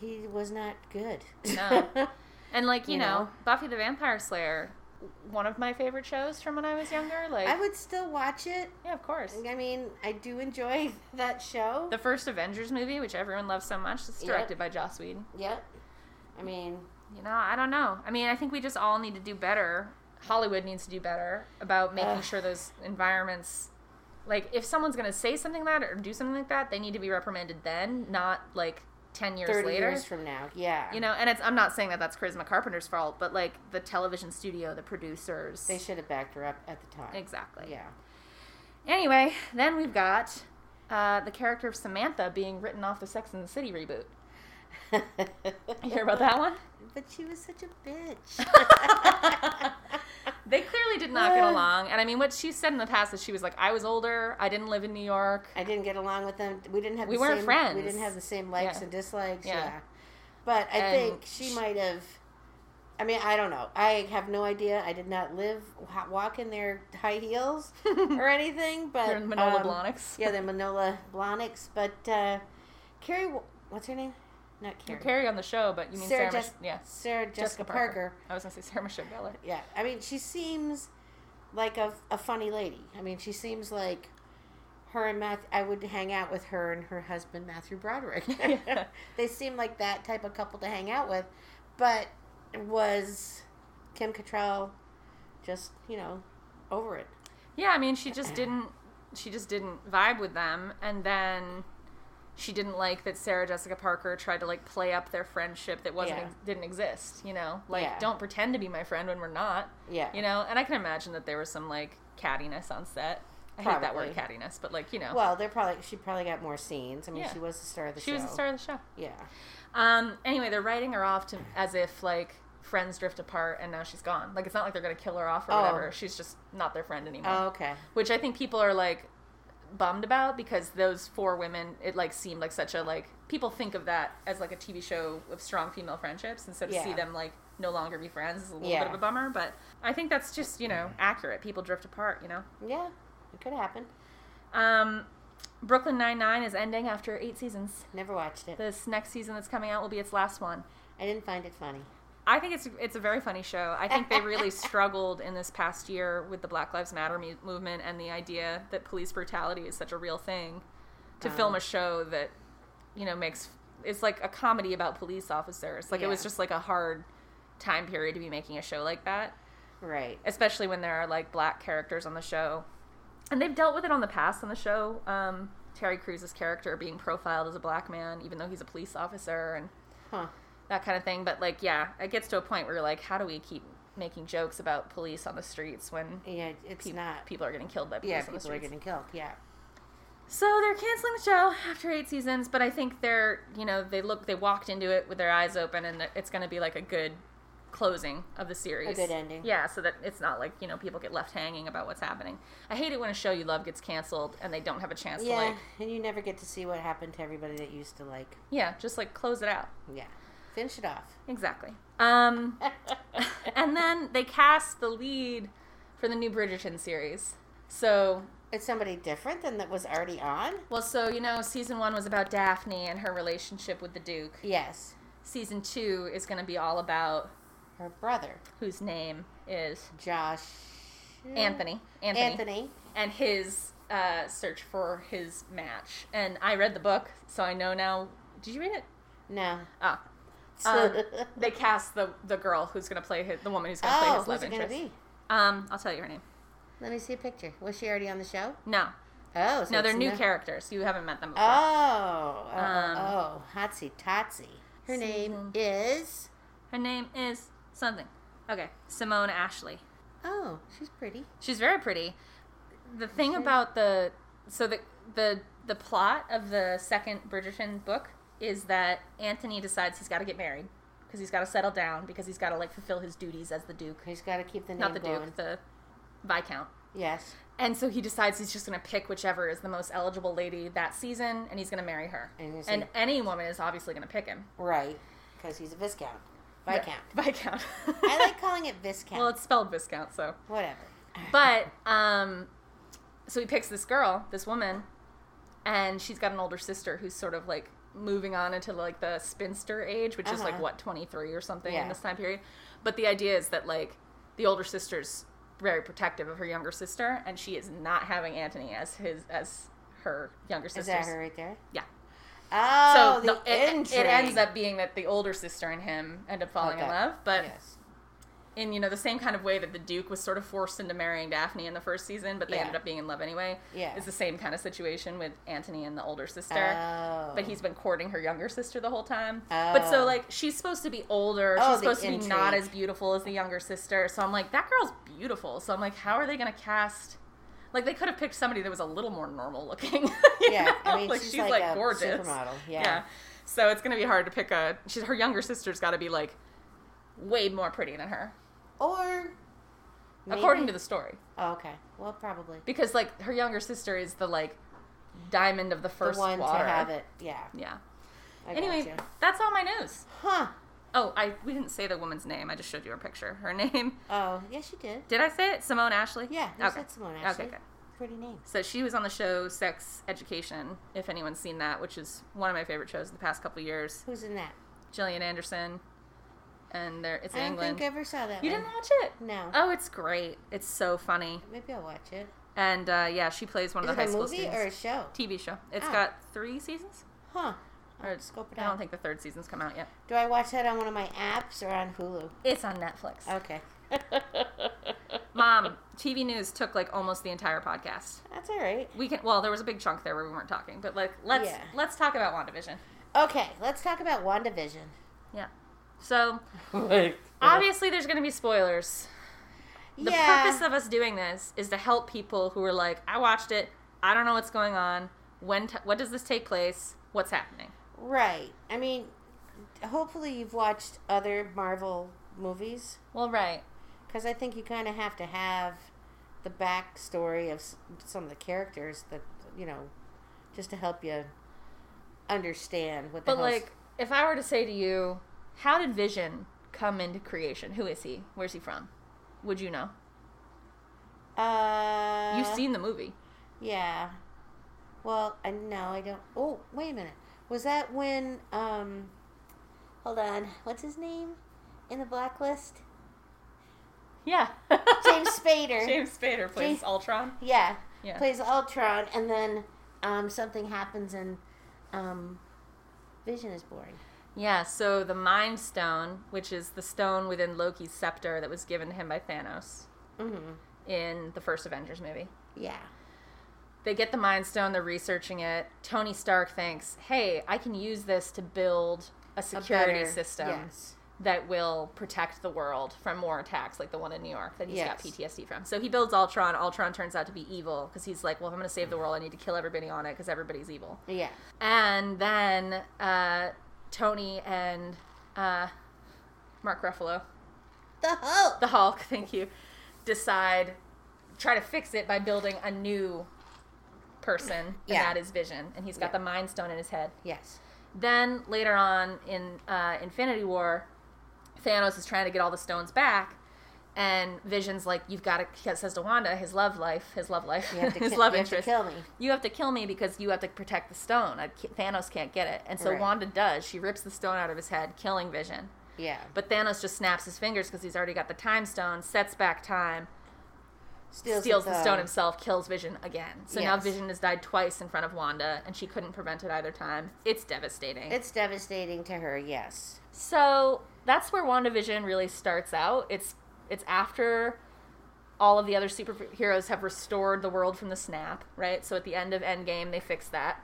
Speaker 2: he was not good.
Speaker 1: No. And like you,
Speaker 2: You
Speaker 1: know,
Speaker 2: know?
Speaker 1: Buffy the Vampire Slayer, one of my favorite shows from when I was younger. Like,
Speaker 2: <laughs> I would still watch it.
Speaker 1: yeah, of course.
Speaker 2: I mean, I do enjoy <laughs> that show.
Speaker 1: The first Avengers movie, which everyone loves so much, is
Speaker 2: Yep.
Speaker 1: directed by Joss Whedon.
Speaker 2: yep. I mean,
Speaker 1: You know, I don't know. I mean, I think we just all need to do better. Hollywood needs to do better about making
Speaker 2: Ugh.
Speaker 1: sure those environments. Like, if someone's going to say something like that or do something like that, they need to be reprimanded then, not like 10 years
Speaker 2: 30
Speaker 1: later.
Speaker 2: years from now. Yeah.
Speaker 1: You know, and it's, I'm not saying that that's Charisma Carpenter's fault, but like the television studio, the producers.
Speaker 2: they should have backed her up at the time.
Speaker 1: Exactly.
Speaker 2: Yeah. <laughs>
Speaker 1: Anyway, then we've got uh, the character of Samantha being written off the Sex and the City reboot. You hear about that one?
Speaker 2: But she was such
Speaker 1: <laughs>
Speaker 2: a bitch.
Speaker 1: They clearly did not
Speaker 2: Uh.
Speaker 1: get along. And I mean, what she said in the past is she was like, I was older. I didn't live in New York.
Speaker 2: I didn't get along with them. We didn't have
Speaker 1: We
Speaker 2: the
Speaker 1: weren't
Speaker 2: same,
Speaker 1: friends.
Speaker 2: We didn't have the same likes
Speaker 1: Yeah.
Speaker 2: and dislikes.
Speaker 1: Yeah.
Speaker 2: Yeah. But I
Speaker 1: And
Speaker 2: think she might have. I mean, I don't know. I have no idea. I did not live wa- walk in their
Speaker 1: <laughs>
Speaker 2: high heels or anything. But
Speaker 1: They're in Manola
Speaker 2: um,
Speaker 1: Blahniks.
Speaker 2: Yeah, they're Manola Blahniks. But uh, Carrie, Wa- what's her name? Not Carrie.
Speaker 1: Carrie on the show, but you mean Sarah,
Speaker 2: Sarah,
Speaker 1: Mich-
Speaker 2: Jes-
Speaker 1: yeah.
Speaker 2: Sarah Jessica, Parker.
Speaker 1: Parker. I was going to say Sarah Michelle Gellar.
Speaker 2: Yeah, I mean, she seems like a, a funny lady. I mean, she seems like her and Matthew. I would hang out with her and her husband Matthew Broderick. <laughs>
Speaker 1: Yeah.
Speaker 2: they seem like that type of couple to hang out with. But was Kim Cattrall just you know over it?
Speaker 1: Yeah, I mean, she just didn't. She just didn't vibe with them, and then she didn't like that Sarah Jessica Parker tried to like play up their friendship that wasn't
Speaker 2: Yeah.
Speaker 1: ex- didn't exist, you know? Like
Speaker 2: Yeah.
Speaker 1: don't pretend to be my friend when we're not,
Speaker 2: Yeah.
Speaker 1: you know? And I can imagine that there was some like cattiness on set. I hate that word cattiness, but like, you know,
Speaker 2: Well, they're probably she probably got more scenes. I mean,
Speaker 1: Yeah.
Speaker 2: she was the star of the
Speaker 1: she
Speaker 2: show.
Speaker 1: was the star of the show.
Speaker 2: Yeah.
Speaker 1: Um anyway, they're writing her off to as if like friends drift apart and now she's gone. Like it's not like they're going to kill her off or
Speaker 2: Oh.
Speaker 1: whatever. She's just not their friend anymore.
Speaker 2: Oh, okay.
Speaker 1: which I think people are like bummed about because those four women it like seemed like such a like people think of that as like a TV show of strong female friendships and so to see
Speaker 2: Yeah.
Speaker 1: them like no longer be friends is a little
Speaker 2: Yeah.
Speaker 1: bit of a bummer but I think that's just you know accurate people drift apart you know
Speaker 2: Yeah, it could happen.
Speaker 1: um Brooklyn Nine-Nine is ending after eight seasons
Speaker 2: Never watched it.
Speaker 1: this next season that's coming out will be its last one
Speaker 2: I didn't find it funny.
Speaker 1: I think it's it's a very funny show. I think they really struggled in this past year with the Black Lives Matter mu- movement and the idea that police brutality is such a real thing. To film a show that, you know, makes it's like a comedy about police officers. Like it was
Speaker 2: Yeah.
Speaker 1: just like a hard time period to be making a show like that,
Speaker 2: Right.
Speaker 1: especially when there are like black characters on the show. And they've dealt with it on the past on the show. Um, Terry Crews' character being profiled as a black man, even though he's a police officer, and
Speaker 2: Huh.
Speaker 1: that kind of thing. But like, yeah, it gets to a point where you're like, how do we keep making jokes about police on the streets when
Speaker 2: Yeah, it's
Speaker 1: pe-
Speaker 2: not.
Speaker 1: people are getting killed by police
Speaker 2: yeah,
Speaker 1: on the
Speaker 2: people are
Speaker 1: streets?
Speaker 2: getting killed. Yeah.
Speaker 1: So they're canceling the show after eight seasons, but I think they're, you know, they look, they walked into it with their eyes open, and it's going to be like a good closing of the series,
Speaker 2: A good ending.
Speaker 1: Yeah, so that it's not like you know people get left hanging about what's happening. I hate it when a show you love gets canceled and they don't have a chance
Speaker 2: Yeah,
Speaker 1: to like,
Speaker 2: and you never get to see what happened to everybody that used to like.
Speaker 1: yeah, just like close it out.
Speaker 2: Yeah. Finish
Speaker 1: <laughs>
Speaker 2: it off.
Speaker 1: Exactly. Um, and then they cast the lead for the new Bridgerton series. So,
Speaker 2: It's somebody different than that was already on.
Speaker 1: well, so you know, season one was about Daphne and her relationship with the Duke.
Speaker 2: Yes,
Speaker 1: Season two is going to be all about
Speaker 2: her brother
Speaker 1: whose name is
Speaker 2: Josh
Speaker 1: Anthony. Anthony.
Speaker 2: Anthony.
Speaker 1: And his uh, search for his match. And I read the book, so I know now. Did you read it?
Speaker 2: No. <laughs>
Speaker 1: Ah. Um, they cast the the girl who's going to play his, the woman who's going to play
Speaker 2: oh,
Speaker 1: his
Speaker 2: who's
Speaker 1: love
Speaker 2: it gonna
Speaker 1: interest.
Speaker 2: be?
Speaker 1: Um, I'll tell you her name.
Speaker 2: Let me see a picture. Was she already on the show?
Speaker 1: No,
Speaker 2: Oh, so
Speaker 1: No,
Speaker 2: it's
Speaker 1: they're new
Speaker 2: no-
Speaker 1: characters. You haven't met them before.
Speaker 2: Oh, oh,
Speaker 1: Um,
Speaker 2: oh, Hotsy Totsy. Her name is.
Speaker 1: Her name is something. Okay, Simone Ashley.
Speaker 2: Oh, she's pretty.
Speaker 1: She's very pretty. The thing about the so the the the plot of the second Bridgerton book is that Anthony decides he's got to get married because he's got to settle down because he's got to like fulfill his duties as the Duke,
Speaker 2: He's got to keep the name
Speaker 1: not the
Speaker 2: going.
Speaker 1: Duke, the Viscount.
Speaker 2: Yes,
Speaker 1: And so he decides he's just going to pick whichever is the most eligible lady that season, and he's going to marry her.
Speaker 2: And he's
Speaker 1: and
Speaker 2: like-
Speaker 1: any woman is obviously going to pick him.
Speaker 2: right, because he's a viscount, viscount.
Speaker 1: <laughs> Viscount.
Speaker 2: I like calling it viscount.
Speaker 1: Well, it's spelled Viscount, so.
Speaker 2: Whatever.
Speaker 1: But, um, so he picks this girl, this woman, and she's got an older sister who's sort of like moving on into like the spinster age, which is like
Speaker 2: Uh-huh.
Speaker 1: what, 23 or something
Speaker 2: Yeah.
Speaker 1: in this time period. But the idea is that like the older sister's very protective of her younger sister, and she is not having Anthony as his, as her younger
Speaker 2: Is
Speaker 1: sister's.
Speaker 2: that her right there?
Speaker 1: Yeah.
Speaker 2: Oh,
Speaker 1: so
Speaker 2: the,
Speaker 1: the- it, it
Speaker 2: intrigue.
Speaker 1: ends up being that the older sister and him end up falling in
Speaker 2: Okay.
Speaker 1: love, but
Speaker 2: Yes.
Speaker 1: in you know the same kind of way that the Duke was sort of forced into marrying Daphne in the first season, but they
Speaker 2: Yeah.
Speaker 1: ended up being in love anyway.
Speaker 2: Yeah.
Speaker 1: is the same kind of situation with Antony and the older sister.
Speaker 2: Oh.
Speaker 1: but he's been courting her younger sister the whole time. But so
Speaker 2: Oh.
Speaker 1: like she's supposed to be older.
Speaker 2: Oh,
Speaker 1: she's
Speaker 2: the
Speaker 1: supposed to be not
Speaker 2: intrigue.
Speaker 1: as beautiful as the younger sister. So I'm like, that girl's beautiful. So I'm like, how are they gonna cast? Like they could have picked somebody that was a little more normal looking. <laughs> you
Speaker 2: Yeah, I
Speaker 1: know?
Speaker 2: mean,
Speaker 1: like
Speaker 2: she's
Speaker 1: she's,
Speaker 2: like
Speaker 1: like,
Speaker 2: a
Speaker 1: gorgeous.
Speaker 2: supermodel, yeah.
Speaker 1: So it's gonna be hard to pick a. She's her younger sister's got to be like way more pretty than her
Speaker 2: Oh. Or. Maybe.
Speaker 1: according to the story
Speaker 2: Oh, okay. Well, probably.
Speaker 1: because like her younger sister is the like diamond of the first
Speaker 2: the one
Speaker 1: water.
Speaker 2: to have it. Yeah.
Speaker 1: yeah
Speaker 2: I
Speaker 1: anyway
Speaker 2: gotcha.
Speaker 1: that's all my news
Speaker 2: Huh.
Speaker 1: oh i we didn't say the woman's name i just showed you her picture her <laughs> name
Speaker 2: Oh, yes, you did.
Speaker 1: did i say it simone ashley
Speaker 2: Yeah, you
Speaker 1: okay
Speaker 2: said Simone Ashley.
Speaker 1: okay good
Speaker 2: Pretty name.
Speaker 1: so she was on the show sex education if anyone's seen that which is one of my favorite shows in the past couple years
Speaker 2: Who's in that?
Speaker 1: jillian anderson and there it's in
Speaker 2: I don't
Speaker 1: england
Speaker 2: think I ever saw that.
Speaker 1: you
Speaker 2: one.
Speaker 1: didn't watch it
Speaker 2: No.
Speaker 1: oh it's great it's so funny
Speaker 2: Maybe I'll watch it.
Speaker 1: and uh, yeah she plays one
Speaker 2: Is
Speaker 1: of
Speaker 2: it
Speaker 1: the high
Speaker 2: a
Speaker 1: school
Speaker 2: movie
Speaker 1: students
Speaker 2: or a show?
Speaker 1: TV show. It's
Speaker 2: Ah.
Speaker 1: got three seasons.
Speaker 2: Huh.
Speaker 1: Or
Speaker 2: I'll scope it
Speaker 1: I don't
Speaker 2: out.
Speaker 1: think the third season's come out yet.
Speaker 2: Do I watch that on one of my apps or on Hulu?
Speaker 1: <laughs> It's on Netflix.
Speaker 2: Okay.
Speaker 1: Mom, TV news took like almost the entire podcast.
Speaker 2: That's all right.
Speaker 1: We can. Well, there was a big chunk there where we weren't talking, but like let's
Speaker 2: Yeah.
Speaker 1: let's talk about Wandavision.
Speaker 2: Okay, let's talk about WandaVision.
Speaker 1: Yeah. So
Speaker 2: like,
Speaker 1: obviously, there's going to be spoilers. The purpose of us doing this is to help people who are like, I watched it. I don't know what's going on. When? T- what does this take place? What's happening?
Speaker 2: Right. I mean, hopefully you've watched other Marvel movies
Speaker 1: Well, right.
Speaker 2: because I think you kind of have to have the backstory of s- some of the characters that you know, just to help you understand what. The
Speaker 1: But
Speaker 2: hell's-
Speaker 1: like, if I were to say to you, how did Vision come into creation? Who is he? Where's he from? Would you know?
Speaker 2: uh,
Speaker 1: You've seen the movie.
Speaker 2: Yeah. Well, I no, I don't. Oh, wait a minute. Was that when? Um, hold on. What's his name in the blacklist?
Speaker 1: <laughs> Yeah.
Speaker 2: James Spader.
Speaker 1: James Spader plays
Speaker 2: James-
Speaker 1: Ultron.
Speaker 2: Yeah.
Speaker 1: Yeah.
Speaker 2: Plays Ultron, and then um, something happens, and um, Vision is born.
Speaker 1: Yeah, so the Mind Stone, which is the stone within Loki's scepter that was given to him by Thanos Mm-hmm.
Speaker 2: hmm
Speaker 1: in the first Avengers movie.
Speaker 2: Yeah.
Speaker 1: They get the Mind Stone, they're researching it. Tony Stark thinks, hey, I can use this to build a
Speaker 2: A
Speaker 1: security
Speaker 2: better-
Speaker 1: system
Speaker 2: Yes.
Speaker 1: that will protect the world from more attacks like the one in New York that he's got
Speaker 2: Yes.
Speaker 1: PTSD from. So he builds Ultron. Ultron turns out to be evil because he's like, well, if I'm going to save the world, I need to kill everybody on it because everybody's evil.
Speaker 2: Yeah.
Speaker 1: And then uh, Tony and uh, Mark Ruffalo,
Speaker 2: The Hulk.
Speaker 1: the Hulk, <laughs> thank you, decide try to fix it by building a new person, and
Speaker 2: Yeah.
Speaker 1: that is Vision, and he's got
Speaker 2: Yeah.
Speaker 1: the Mind Stone in his head.
Speaker 2: yes.
Speaker 1: Then later on in uh, Infinity War, Thanos is trying to get all the stones back. And Vision's like, you've got to, says to Wanda, his love life, his love life,
Speaker 2: You have to,
Speaker 1: <laughs> his
Speaker 2: ki-
Speaker 1: love
Speaker 2: you have to
Speaker 1: interest
Speaker 2: kill me.
Speaker 1: you have to kill me because you have to protect the stone. I, ca- Thanos can't get it. And so
Speaker 2: Right.
Speaker 1: Wanda does. She rips the stone out of his head, killing Vision.
Speaker 2: Yeah.
Speaker 1: But Thanos just snaps his fingers because he's already got the time stone, sets back time, steals, the, stone himself, kills Vision again. So now
Speaker 2: Yes.
Speaker 1: Vision has died twice in front of Wanda, and she couldn't prevent it either time. It's devastating.
Speaker 2: It's devastating to her. Yes.
Speaker 1: so that's where WandaVision really starts out. It's it's after all of the other superheroes have restored the world from the snap, right? So at the end of Endgame, they fix that.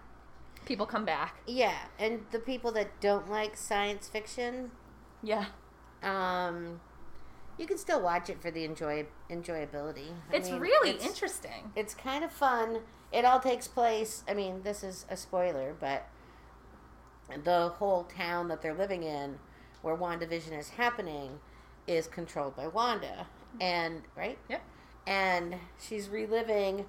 Speaker 1: People come back.
Speaker 2: Yeah, and the people that don't like science fiction,
Speaker 1: Yeah.
Speaker 2: um, you can still watch it for the enjoy enjoyability. I
Speaker 1: It's
Speaker 2: mean,
Speaker 1: really
Speaker 2: it's-
Speaker 1: interesting.
Speaker 2: It's kind of fun. It all takes place. I mean, this is a spoiler, but the whole town that they're living in, where WandaVision is happening, is controlled by Wanda,
Speaker 1: Mm-hmm.
Speaker 2: and right.
Speaker 1: Yep.
Speaker 2: And she's reliving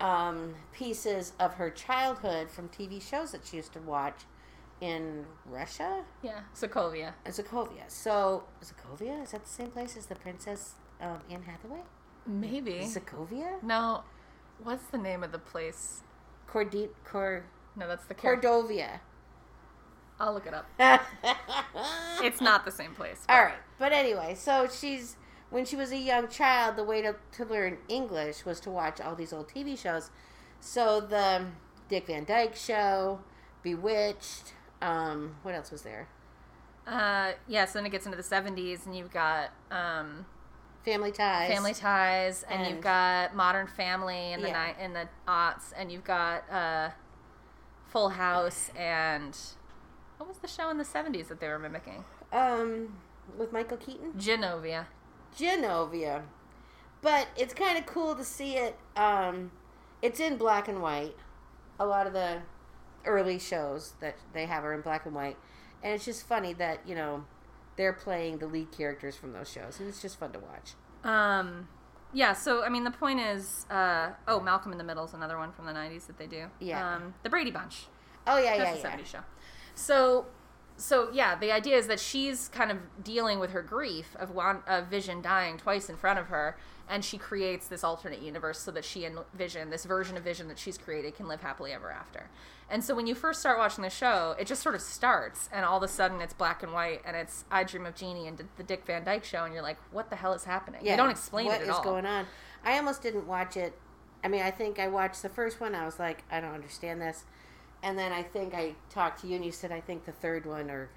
Speaker 2: um, pieces of her childhood from TV shows that she used to watch in Russia.
Speaker 1: Yeah. Sokovia.
Speaker 2: And Sokovia. So Sokovia is that the same place as the Princess um, Anne Hathaway?
Speaker 1: Maybe.
Speaker 2: Sokovia,
Speaker 1: no. What's the name of the place?
Speaker 2: Cordi- Cor-
Speaker 1: No, that's the character.
Speaker 2: Cordovia.
Speaker 1: I'll look it <laughs> up.
Speaker 2: <laughs> All
Speaker 1: It's not the same place. but-
Speaker 2: right, but anyway, so she's when she was a young child, the way to, to learn English was to watch all these old TV shows. So the Dick Van Dyke Show, Bewitched. Um, what else was there?
Speaker 1: Uh, yeah, so then it gets into the 70s, and you've got um,
Speaker 2: Family Ties.
Speaker 1: Family Ties, and,
Speaker 2: And-
Speaker 1: you've got Modern Family in the,
Speaker 2: Yeah.
Speaker 1: ni- in the aughts, and you've got uh, Full House, and what was the show in the 70s that they were mimicking?
Speaker 2: Um, with Michael Keaton.
Speaker 1: Genovia.
Speaker 2: Genovia. But it's kind of cool to see it. Um, it's in black and white. A lot of the early shows that they have are in black and white. And it's just funny that, you know, they're playing the lead characters from those shows. And it's just fun to watch.
Speaker 1: Um, yeah, so I mean, the point is, uh, oh, Malcolm in the Middle is another one from the '90s that they do.
Speaker 2: Yeah.
Speaker 1: um, the Brady Bunch.
Speaker 2: Oh, yeah,
Speaker 1: That's
Speaker 2: yeah,
Speaker 1: a
Speaker 2: yeah.
Speaker 1: '70s show. So, so yeah, the idea is that she's kind of dealing with her grief of one of Vision dying twice in front of her, and she creates this alternate universe so that she and Vision, this version of Vision that she's created, can live happily ever after. And so, when you first start watching the show, it just sort of starts, and all of a sudden, it's black and white, and it's I Dream of Jeannie and the Dick Van Dyke Show, and you're like, what the hell is happening?
Speaker 2: yeah.
Speaker 1: They don't explain it
Speaker 2: what
Speaker 1: at
Speaker 2: is
Speaker 1: all.
Speaker 2: going on. I almost didn't watch it. I mean, I think I watched the first one. I was like, I don't understand this. And then I think I talked to you and you said, I think the third one or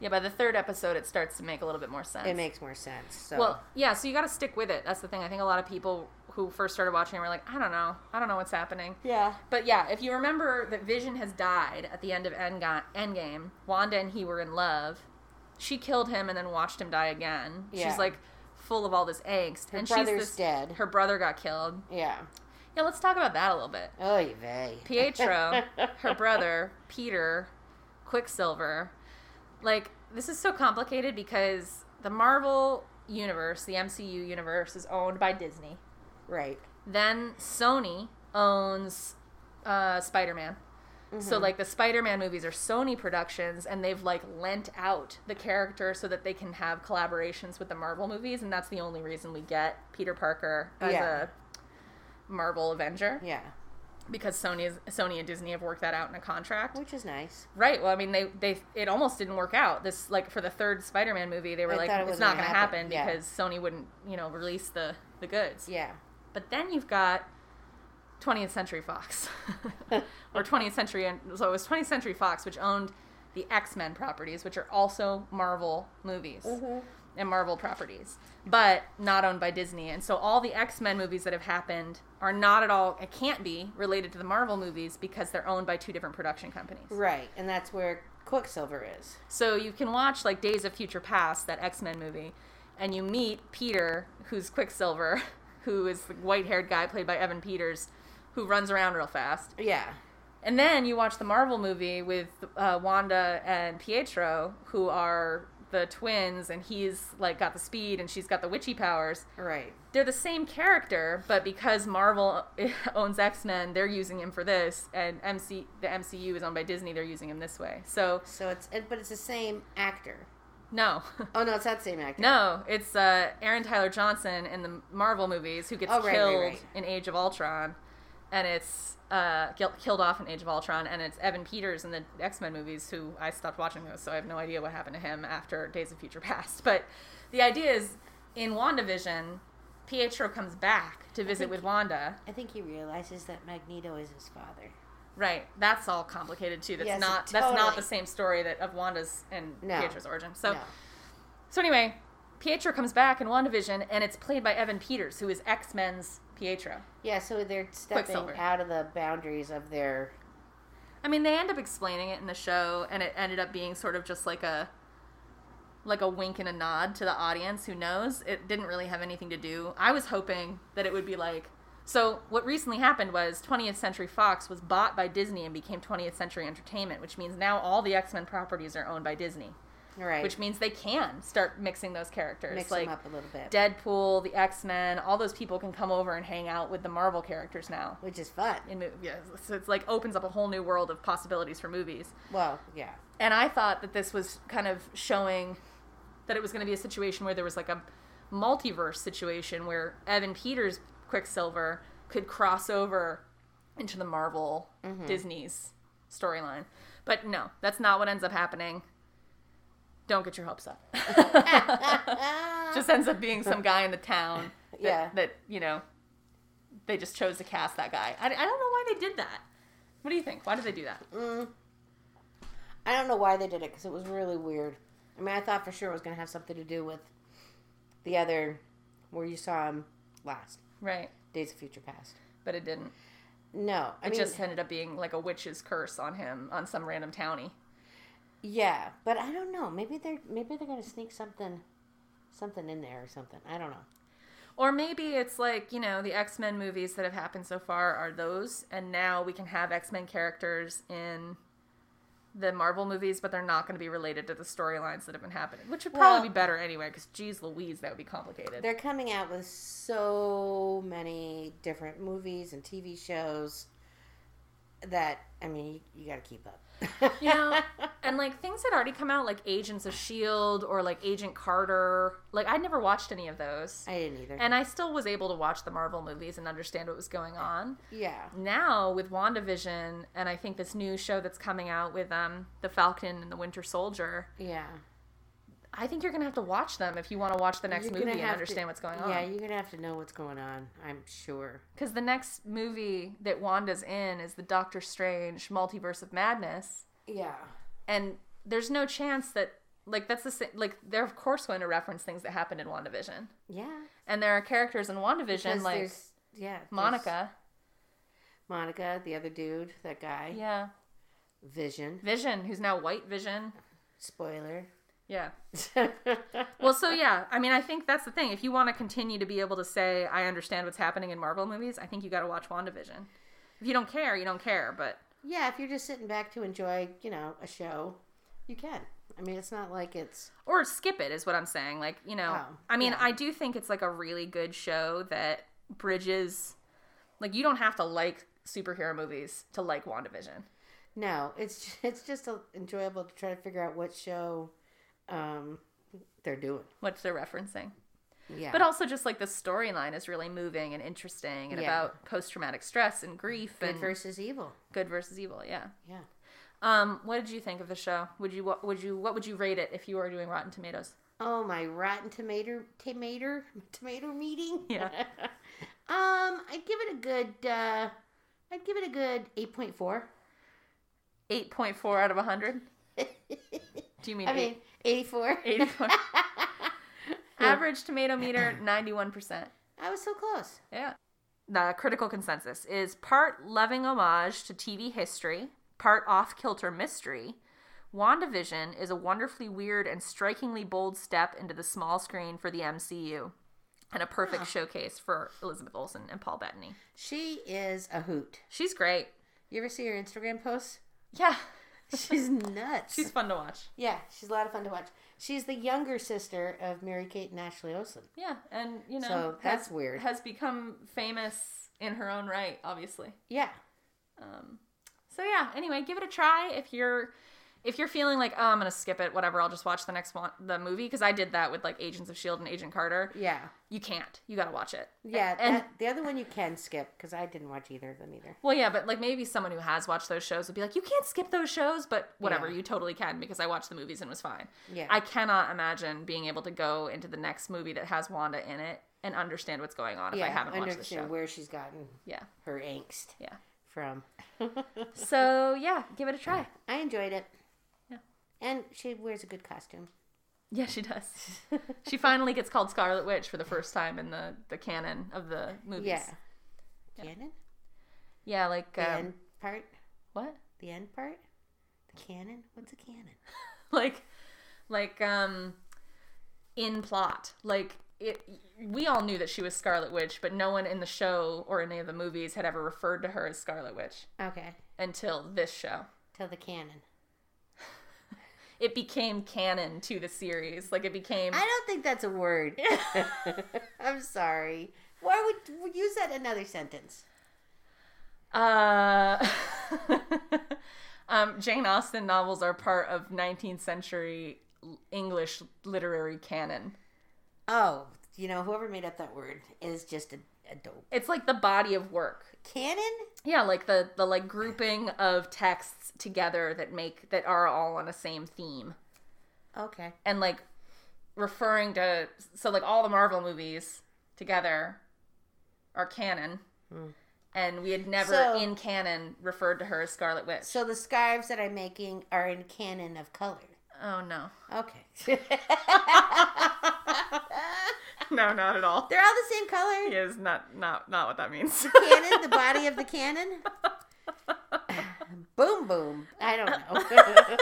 Speaker 1: Yeah, by the third episode, it starts to make a little bit more sense.
Speaker 2: It makes more sense. So
Speaker 1: Well, yeah, so you got to stick with it. That's the thing. I think a lot of people who first started watching were like, I don't know. I don't know what's happening.
Speaker 2: yeah,
Speaker 1: But yeah, if you remember that Vision has died at the end of Endga- Endgame, Wanda and he were in love. She killed him and then watched him die again.
Speaker 2: Yeah.
Speaker 1: She's like full of all this angst.
Speaker 2: her
Speaker 1: and
Speaker 2: brother's
Speaker 1: she's this,
Speaker 2: dead.
Speaker 1: Her brother got killed.
Speaker 2: yeah.
Speaker 1: Yeah, let's talk about that a little bit.
Speaker 2: Oy vey.
Speaker 1: Pietro, her brother, Peter, Quicksilver. Like, this is so complicated because the Marvel universe, the MCU universe, is owned by Disney.
Speaker 2: right.
Speaker 1: Then Sony owns uh, Spider Man. So, like, the Spider Man movies are Sony productions, and they've, like, lent out the character so that they can have collaborations with the Marvel movies, and that's the only reason we get Peter Parker as
Speaker 2: Yeah.
Speaker 1: a Marvel Avenger
Speaker 2: Yeah.
Speaker 1: because Sony is, Sony and Disney have worked that out in a contract.
Speaker 2: Which is nice.
Speaker 1: Right. Well, I mean, they they it almost didn't work out. This like for the third Spider-Man movie, they were
Speaker 2: They
Speaker 1: like,
Speaker 2: thought it
Speaker 1: it's
Speaker 2: wasn't
Speaker 1: not
Speaker 2: gonna
Speaker 1: going to
Speaker 2: happen.
Speaker 1: happen,
Speaker 2: Yeah.
Speaker 1: because Sony wouldn't, you know, release the the goods.
Speaker 2: Yeah.
Speaker 1: But then you've got 20th Century
Speaker 2: <laughs>
Speaker 1: Fox, or 20th Century, and so it was 20th Century Fox, which owned the X-Men properties, which are also Marvel movies
Speaker 2: Mm-hmm.
Speaker 1: and Marvel properties, but not owned by Disney. And so all the X Men movies that have happened are not at all, it can't be related to the Marvel movies because they're owned by two different production companies.
Speaker 2: Right. And that's where Quicksilver is.
Speaker 1: So you can watch like Days of Future Past, that X Men movie, and you meet Peter, who's Quicksilver, <laughs> who is the white haired guy played by Evan Peters, who runs around real fast.
Speaker 2: Yeah.
Speaker 1: And then you watch the Marvel movie with uh, Wanda and Pietro, who are the twins, and he's like got the speed and she's got the witchy powers.
Speaker 2: Right.
Speaker 1: They're the same character, but because Marvel <laughs> owns X Men, they're using him for this, and MC the MCU is owned by Disney, they're using him this way. So
Speaker 2: So it's it, but it's the same actor.
Speaker 1: no, <laughs>
Speaker 2: Oh no, it's not the same actor.
Speaker 1: no, it's uh, Aaron Tyler Johnson in the Marvel movies who gets
Speaker 2: Oh, right, right,
Speaker 1: killed
Speaker 2: right.
Speaker 1: in Age of Ultron, and it's uh, kill- killed off in Age of Ultron, and it's Evan Peters in the X Men movies who I stopped watching those, so I have no idea what happened to him after Days of Future <laughs> Past. But the idea is in WandaVision, Pietro comes back to visit
Speaker 2: think-
Speaker 1: with Wanda.
Speaker 2: I think he realizes that Magneto is his father.
Speaker 1: Right, that's all complicated too. That's
Speaker 2: Yes,
Speaker 1: not that's not
Speaker 2: totally.
Speaker 1: the same story that of Wanda's and
Speaker 2: No.
Speaker 1: Pietro's origin. So.
Speaker 2: No.
Speaker 1: So anyway, Pietro comes back in WandaVision, and it's played by Evan Peters, who is X Men's Pietro.
Speaker 2: Yeah, so they're stepping
Speaker 1: Quicksilver.
Speaker 2: out of the boundaries of their
Speaker 1: I mean, they end up explaining it in the show, and it ended up being sort of just like a like a wink and a nod to the audience who knows. It didn't really have anything to do. I was hoping that it would be like so what recently happened was 20th Century Fox was bought by Disney and became 20th Century Entertainment, which means now all the X-Men properties are owned by Disney,
Speaker 2: right.
Speaker 1: which means they can start mixing those characters.
Speaker 2: mix
Speaker 1: like
Speaker 2: them up a little bit,
Speaker 1: Deadpool, the X Men, all those people can come over and hang out with the Marvel characters now.
Speaker 2: which is fun.
Speaker 1: In mov- yeah, so it's like opens up a whole new world of possibilities for movies.
Speaker 2: Well, yeah,
Speaker 1: And I thought that this was kind of showing that it was going to be a situation where there was like a multiverse situation where Evan Peters Quicksilver could cross over into the Marvel Disney's storyline. But no, that's not what ends up happening. Don't get your hopes up. <laughs> just ends up being some guy in the town that,
Speaker 2: Yeah.
Speaker 1: that you know they just chose to cast that guy. I, I don't know why they did that. What do you think? Why did they do that?
Speaker 2: I don't know why they did it because it was really weird. I mean, I thought for sure it was going to have something to do with the other where you saw him last,
Speaker 1: Right.
Speaker 2: Days of Future Past.
Speaker 1: But it didn't.
Speaker 2: No, I
Speaker 1: It
Speaker 2: mean,
Speaker 1: just ended up being like a witch's curse on him on some random townie.
Speaker 2: yeah, but I don't know. Maybe they're maybe they're going to sneak something, something in there or something. I don't know.
Speaker 1: Or maybe it's like, you know, the X Men movies that have happened so far are those, and now we can have X Men characters in the Marvel movies, but they're not going to be related to the storylines that have been happening, which would probably
Speaker 2: Well-
Speaker 1: be better anyway, because geez Louise, that would be complicated.
Speaker 2: They're coming out with so many different movies and TV shows that I mean, you, you got to keep up.
Speaker 1: You know, and like things had already come out, like Agents of S.H.I.E.L.D. E or like Agent Carter. Like, I never watched any of those.
Speaker 2: <laughs> I didn't either.
Speaker 1: And I still was able to watch the Marvel movies and understand what was going on.
Speaker 2: yeah.
Speaker 1: now with WandaVision and I think this new show that's coming out with um the Falcon and the Winter Soldier,
Speaker 2: Yeah.
Speaker 1: I think you're gonna have to watch them if you want to watch the next
Speaker 2: You're
Speaker 1: movie
Speaker 2: gonna
Speaker 1: and
Speaker 2: have to-
Speaker 1: understand what's going
Speaker 2: Yeah,
Speaker 1: on.
Speaker 2: you're gonna have to know what's going on. I'm sure.
Speaker 1: Because the next movie that Wanda's in is the Doctor Strange Multiverse of Madness,
Speaker 2: Yeah.
Speaker 1: and there's no chance that Like that's the same. Like they're of course going to reference things that happened in Wandavision,
Speaker 2: Yeah.
Speaker 1: and there are characters in Wandavision
Speaker 2: Because
Speaker 1: like
Speaker 2: there's- yeah, there's
Speaker 1: Monica.
Speaker 2: Monica, the other dude, that guy.
Speaker 1: Yeah,
Speaker 2: Vision.
Speaker 1: Vision, who's now White Vision.
Speaker 2: Spoiler. <laughs>
Speaker 1: Yeah.
Speaker 2: well,
Speaker 1: Well, so yeah, I mean, I think that's the thing. If you want to continue to be able to say I understand what's happening in Marvel movies, I think you got to watch WandaVision. If you don't care, you don't care. But
Speaker 2: yeah, if you're just sitting back to enjoy, you know, a show, you can. I mean, it's not like it's
Speaker 1: or skip it is what I'm saying. Like, you know,
Speaker 2: Oh,
Speaker 1: I mean,
Speaker 2: yeah.
Speaker 1: I do think it's like a really good show that bridges like you don't have to like superhero movies to like WandaVision.
Speaker 2: no, it's <laughs> ju- it's just uh, enjoyable to try to figure out what show um they're doing.
Speaker 1: What they're referencing.
Speaker 2: Yeah.
Speaker 1: But also just like the storyline is really moving and interesting and
Speaker 2: Yeah.
Speaker 1: about post traumatic stress and grief
Speaker 2: good
Speaker 1: and
Speaker 2: versus evil.
Speaker 1: good versus evil, yeah.
Speaker 2: Yeah.
Speaker 1: Um, what did you think of the show? Would you what would you what would you rate it if you were doing Rotten Tomatoes?
Speaker 2: Oh, my rotten tomato tomato <laughs> tomato meeting. <laughs>
Speaker 1: Yeah.
Speaker 2: um, I'd give it a good uh I'd give it a good 8.4.
Speaker 1: Eight point four out of
Speaker 2: <laughs>
Speaker 1: hundred. Do you mean,
Speaker 2: I mean, 84.
Speaker 1: eight? <laughs> 84. Average tomato <laughs> meter ninety one percent.
Speaker 2: I was so close.
Speaker 1: Yeah. The critical consensus is part loving homage to TV history, part off kilter mystery. WandaVision is a wonderfully weird and strikingly bold step into the small screen for the MCU and a perfect showcase for Elizabeth Olsen and Paul Bettany.
Speaker 2: She is a hoot.
Speaker 1: She's great.
Speaker 2: You ever see her Instagram posts?
Speaker 1: Yeah.
Speaker 2: She's <laughs> nuts.
Speaker 1: She's fun to watch.
Speaker 2: yeah, she's a lot of fun to watch. She's the younger sister of Mary Kate and Ashley Olsen.
Speaker 1: Yeah, and you know,
Speaker 2: So,
Speaker 1: has-
Speaker 2: that's weird.
Speaker 1: Has become famous in her own right, obviously.
Speaker 2: Yeah.
Speaker 1: Um, so yeah. Anyway, give it a try if you're if you're feeling like oh I'm gonna skip it, whatever. I'll just watch the next one, the movie because I did that with like Agents of Shield E and Agent Carter.
Speaker 2: Yeah.
Speaker 1: You can't. You gotta watch it.
Speaker 2: Yeah,
Speaker 1: And-
Speaker 2: that, the other one you can skip because I didn't watch either of them either.
Speaker 1: Well, yeah, but like maybe someone who has watched those shows would be like, you can't skip those shows, but whatever,
Speaker 2: Yeah.
Speaker 1: you totally can because I watched the movies and was fine.
Speaker 2: Yeah.
Speaker 1: I cannot imagine being able to go into the next movie that has Wanda in it and understand what's going on
Speaker 2: yeah,
Speaker 1: if I haven't watched the
Speaker 2: understand
Speaker 1: show.
Speaker 2: where she's gotten
Speaker 1: Yeah,
Speaker 2: her angst <laughs>
Speaker 1: yeah.
Speaker 2: from.
Speaker 1: So yeah, give it a try.
Speaker 2: I enjoyed it.
Speaker 1: Yeah.
Speaker 2: And she wears a good costume.
Speaker 1: Yeah, she does. she finally gets called Scarlet Witch for the first time in the the canon of the movies.
Speaker 2: Yeah. Canon?
Speaker 1: yeah, like
Speaker 2: The
Speaker 1: um,
Speaker 2: end part?
Speaker 1: what? <laughs>
Speaker 2: The end part? The canon? What's a canon?
Speaker 1: Like, like um, in plot, like. It, we all knew that she was Scarlet Witch, but no one in the show or any of the movies had ever referred to her as Scarlet Witch
Speaker 2: Okay.
Speaker 1: until this show.
Speaker 2: Till the canon.
Speaker 1: It became canon to the series. Like it became
Speaker 2: I don't think that's a word. <laughs> I'm sorry. Why would we use that in another sentence?
Speaker 1: Uh, <laughs> um, Jane Austen novels are part of 19th century l- English literary canon.
Speaker 2: Oh, you know, whoever made up that word is just a, a dope.
Speaker 1: It's like the body of work.
Speaker 2: Canon?
Speaker 1: Yeah, like the the like grouping of texts together that make that are all on the same theme.
Speaker 2: Okay.
Speaker 1: And like referring to so like all the Marvel movies together are canon. And we had never
Speaker 2: So-
Speaker 1: in canon referred to her as Scarlet Witch.
Speaker 2: So the scarves that I'm making are in canon of color.
Speaker 1: oh no.
Speaker 2: <laughs> Okay.
Speaker 1: <laughs> No, not at all.
Speaker 2: They're all the same color.
Speaker 1: is not not not what that means. <laughs>
Speaker 2: Cannon, the body of the cannon. boom, boom. I don't know.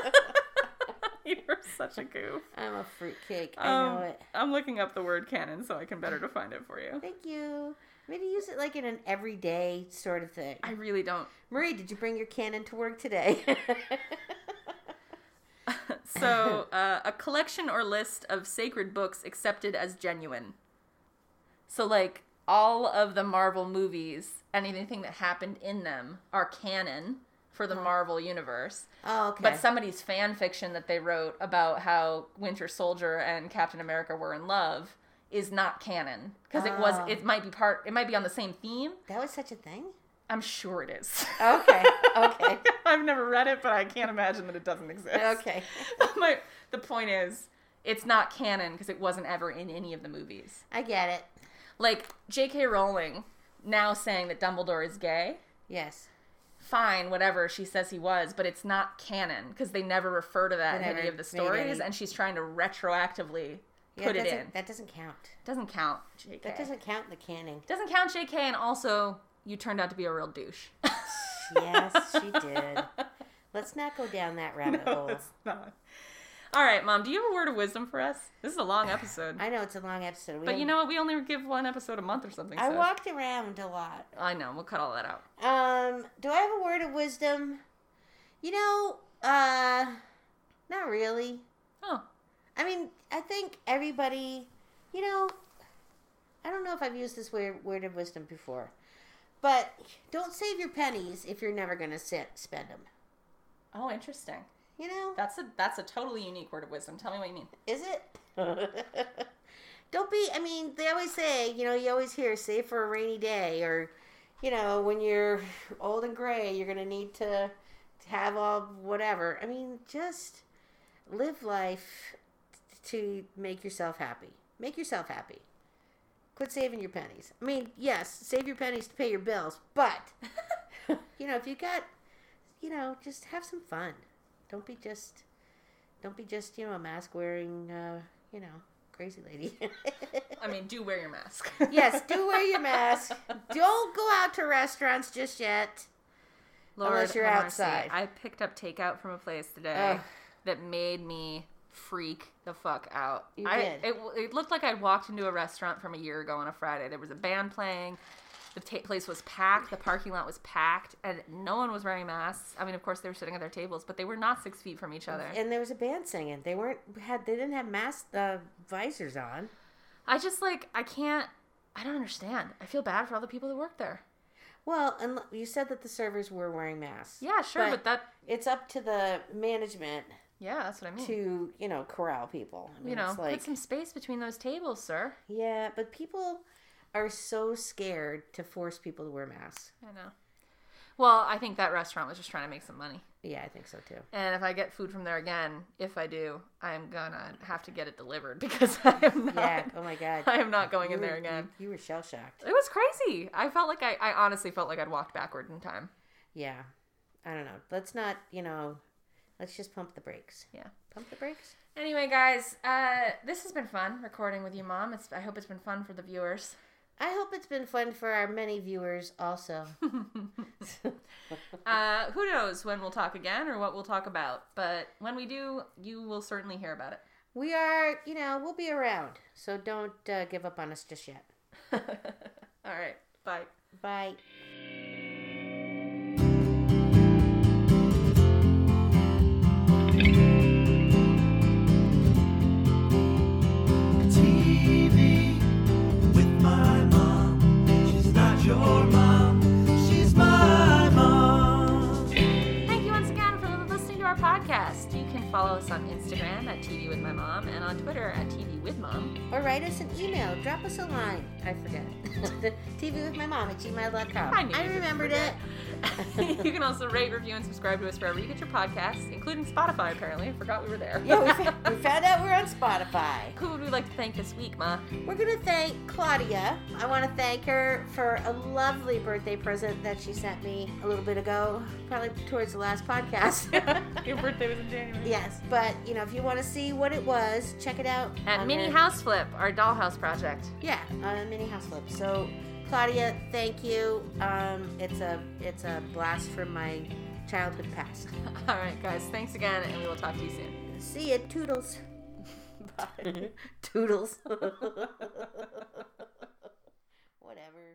Speaker 1: You're such a goof.
Speaker 2: <laughs> I'm a fruitcake. I
Speaker 1: Um,
Speaker 2: know it.
Speaker 1: I'm looking up the word canon so I can better define it for you.
Speaker 2: <laughs> Thank you. Maybe use it like in an everyday sort of thing.
Speaker 1: I really
Speaker 2: <laughs>
Speaker 1: don't.
Speaker 2: Marie, did you bring your cannon to work today? <laughs>
Speaker 1: So, uh, a collection or list of sacred books accepted as genuine. So, like all of the Marvel movies, anything that happened in them are canon for the Marvel universe.
Speaker 2: oh, okay.
Speaker 1: But somebody's fan fiction that they wrote about how Winter Soldier and Captain America were in love is not canon because it was
Speaker 2: Oh.
Speaker 1: it might be part it might be on the same theme.
Speaker 2: that was such
Speaker 1: <laughs>
Speaker 2: a thing?
Speaker 1: I'm sure it is. <laughs>
Speaker 2: Okay, okay.
Speaker 1: I've never read it, but I can't imagine that it doesn't exist. <laughs>
Speaker 2: Okay.
Speaker 1: My the point is it's not canon because it wasn't ever in any of the movies.
Speaker 2: I get it.
Speaker 1: Like J.K. Rowling now saying that Dumbledore is gay
Speaker 2: Yes.
Speaker 1: fine, whatever she says he was, but it's not canon because they never refer to that in
Speaker 2: They
Speaker 1: any
Speaker 2: never
Speaker 1: of the
Speaker 2: made any-
Speaker 1: stories, and she's trying to retroactively put
Speaker 2: Yeah, that
Speaker 1: it
Speaker 2: doesn't-
Speaker 1: in.
Speaker 2: That doesn't count.
Speaker 1: doesn't count. JK.
Speaker 2: That doesn't count in the canon.
Speaker 1: Doesn't count, JK, and also you turned out to be a real douche.
Speaker 2: <laughs> Yes, she
Speaker 1: <laughs>
Speaker 2: did. Let's not go down that rabbit hole.
Speaker 1: not. All right, Mom, do you have a word of wisdom for us? This is a long episode.
Speaker 2: <sighs> I know it's a long episode. We
Speaker 1: but you
Speaker 2: don't-
Speaker 1: know what? We only give one episode a month or something.
Speaker 2: I
Speaker 1: so.
Speaker 2: walked around a lot.
Speaker 1: I know. We'll cut all that out.
Speaker 2: Um, do I have a word of wisdom? You know, uh, not really.
Speaker 1: Oh,
Speaker 2: I mean, I think everybody, you know, I don't know if I've used this word, word of wisdom before, but don't save your pennies if you're never going to sit, spend them.
Speaker 1: oh, interesting.
Speaker 2: You know,
Speaker 1: That's a that's a totally unique word of wisdom. Tell me what you mean.
Speaker 2: is it? don't be, I mean, they always say, you know, you always hear save for a rainy day or, you know, when you're old and gray, you're going to need to have all whatever. I mean, just live life to make yourself happy. Make yourself happy. Quit saving your pennies. I mean, yes, save your pennies to pay your bills, but you know, if you got, you know, just have some fun. Don't be just, don't be just, you know, a mask wearing, uh, you know, crazy lady. <laughs>
Speaker 1: I mean, do wear your mask.
Speaker 2: yes, do wear your mask. Don't go out to restaurants just yet.
Speaker 1: <laughs> Lord,
Speaker 2: Unless you're
Speaker 1: have mercy.
Speaker 2: outside.
Speaker 1: I picked up takeout from a place today
Speaker 2: Ugh.
Speaker 1: that made me freak the fuck out.
Speaker 2: You
Speaker 1: I,
Speaker 2: did.
Speaker 1: It, w- it looked like I walked into a restaurant from a year ago on a Friday. There was a band playing. The ta- place was packed. The parking lot was packed, and no one was wearing masks. I mean, of course, they were sitting at their tables, but they were not six feet from each other.
Speaker 2: And there was a band singing. They weren't had they didn't have mask uh, visors on.
Speaker 1: I just like I can't. I don't understand. I feel bad for all the people that work there.
Speaker 2: Well, and l- you said that the servers were wearing masks.
Speaker 1: Yeah, sure, but,
Speaker 2: But-
Speaker 1: that.
Speaker 2: It's up to the management
Speaker 1: Yeah, that's what I mean.
Speaker 2: to, you know, corral people. I mean,
Speaker 1: you know,
Speaker 2: it's like
Speaker 1: put some space between those tables, sir.
Speaker 2: Yeah, but people are so scared to force people to wear masks.
Speaker 1: I know. Well, I think that restaurant was just trying to make some money.
Speaker 2: Yeah, I think so too.
Speaker 1: And if I get food from there again, if I do, I'm gonna have to get it delivered <laughs> because I am not. <laughs>
Speaker 2: Yeah. Oh my god.
Speaker 1: I am not going in
Speaker 2: You were-
Speaker 1: there again.
Speaker 2: You, you were shell shocked.
Speaker 1: It was crazy. I felt like I, I honestly felt like I'd walked backward in time.
Speaker 2: Yeah. I don't know. Let's not, you know, let's just pump the brakes.
Speaker 1: Yeah.
Speaker 2: Pump the brakes?
Speaker 1: Anyway, guys, uh, this has been fun recording with you, Mom. It's, I hope it's been fun for the viewers.
Speaker 2: I hope it's been fun for our many viewers
Speaker 1: <laughs>
Speaker 2: also.
Speaker 1: Uh, who knows when we'll talk again or what we'll talk about, but when we do, you will certainly hear about it.
Speaker 2: we are, you know, we'll be around. So don't uh, give up on us just yet.
Speaker 1: All
Speaker 2: <laughs>
Speaker 1: right. Bye.
Speaker 2: Bye.
Speaker 3: TV with my mom. She's not your mom, she's my mom.
Speaker 1: Thank you once again for listening to our podcast. You can follow us on Instagram at TV with my mom and on Twitter at TV with mom.
Speaker 2: Or write us an email. Drop us a line. I forget. <laughs> TV with my mom at gmail.com.
Speaker 1: I knew
Speaker 2: I
Speaker 1: you didn't
Speaker 2: remembered it.
Speaker 1: forget. <laughs> you can also rate, review, and subscribe to us wherever you get your podcasts, including Spotify. Apparently, I forgot we were there.
Speaker 2: yeah, we, fa- we found out we're on Spotify.
Speaker 1: <laughs> Who would we like to thank this week, Ma?
Speaker 2: We're going to thank Claudia. I want to thank her for a lovely birthday present that she sent me a little bit ago, probably towards the last podcast.
Speaker 1: <laughs>
Speaker 2: <laughs>
Speaker 1: Your birthday was in January.
Speaker 2: yes, but you know, if you want to see what it was, check it out
Speaker 1: At
Speaker 2: on
Speaker 1: Mini
Speaker 2: her-
Speaker 1: House Flip, our dollhouse project.
Speaker 2: Yeah, on Mini House Flip. So, Claudia, thank you. Um, it's a it's a blast from my childhood past.
Speaker 1: <laughs> All right, guys, thanks again, and we will talk to you soon.
Speaker 2: See ya, toodles. <laughs>
Speaker 1: Bye.
Speaker 2: Toodles. <laughs> Whatever.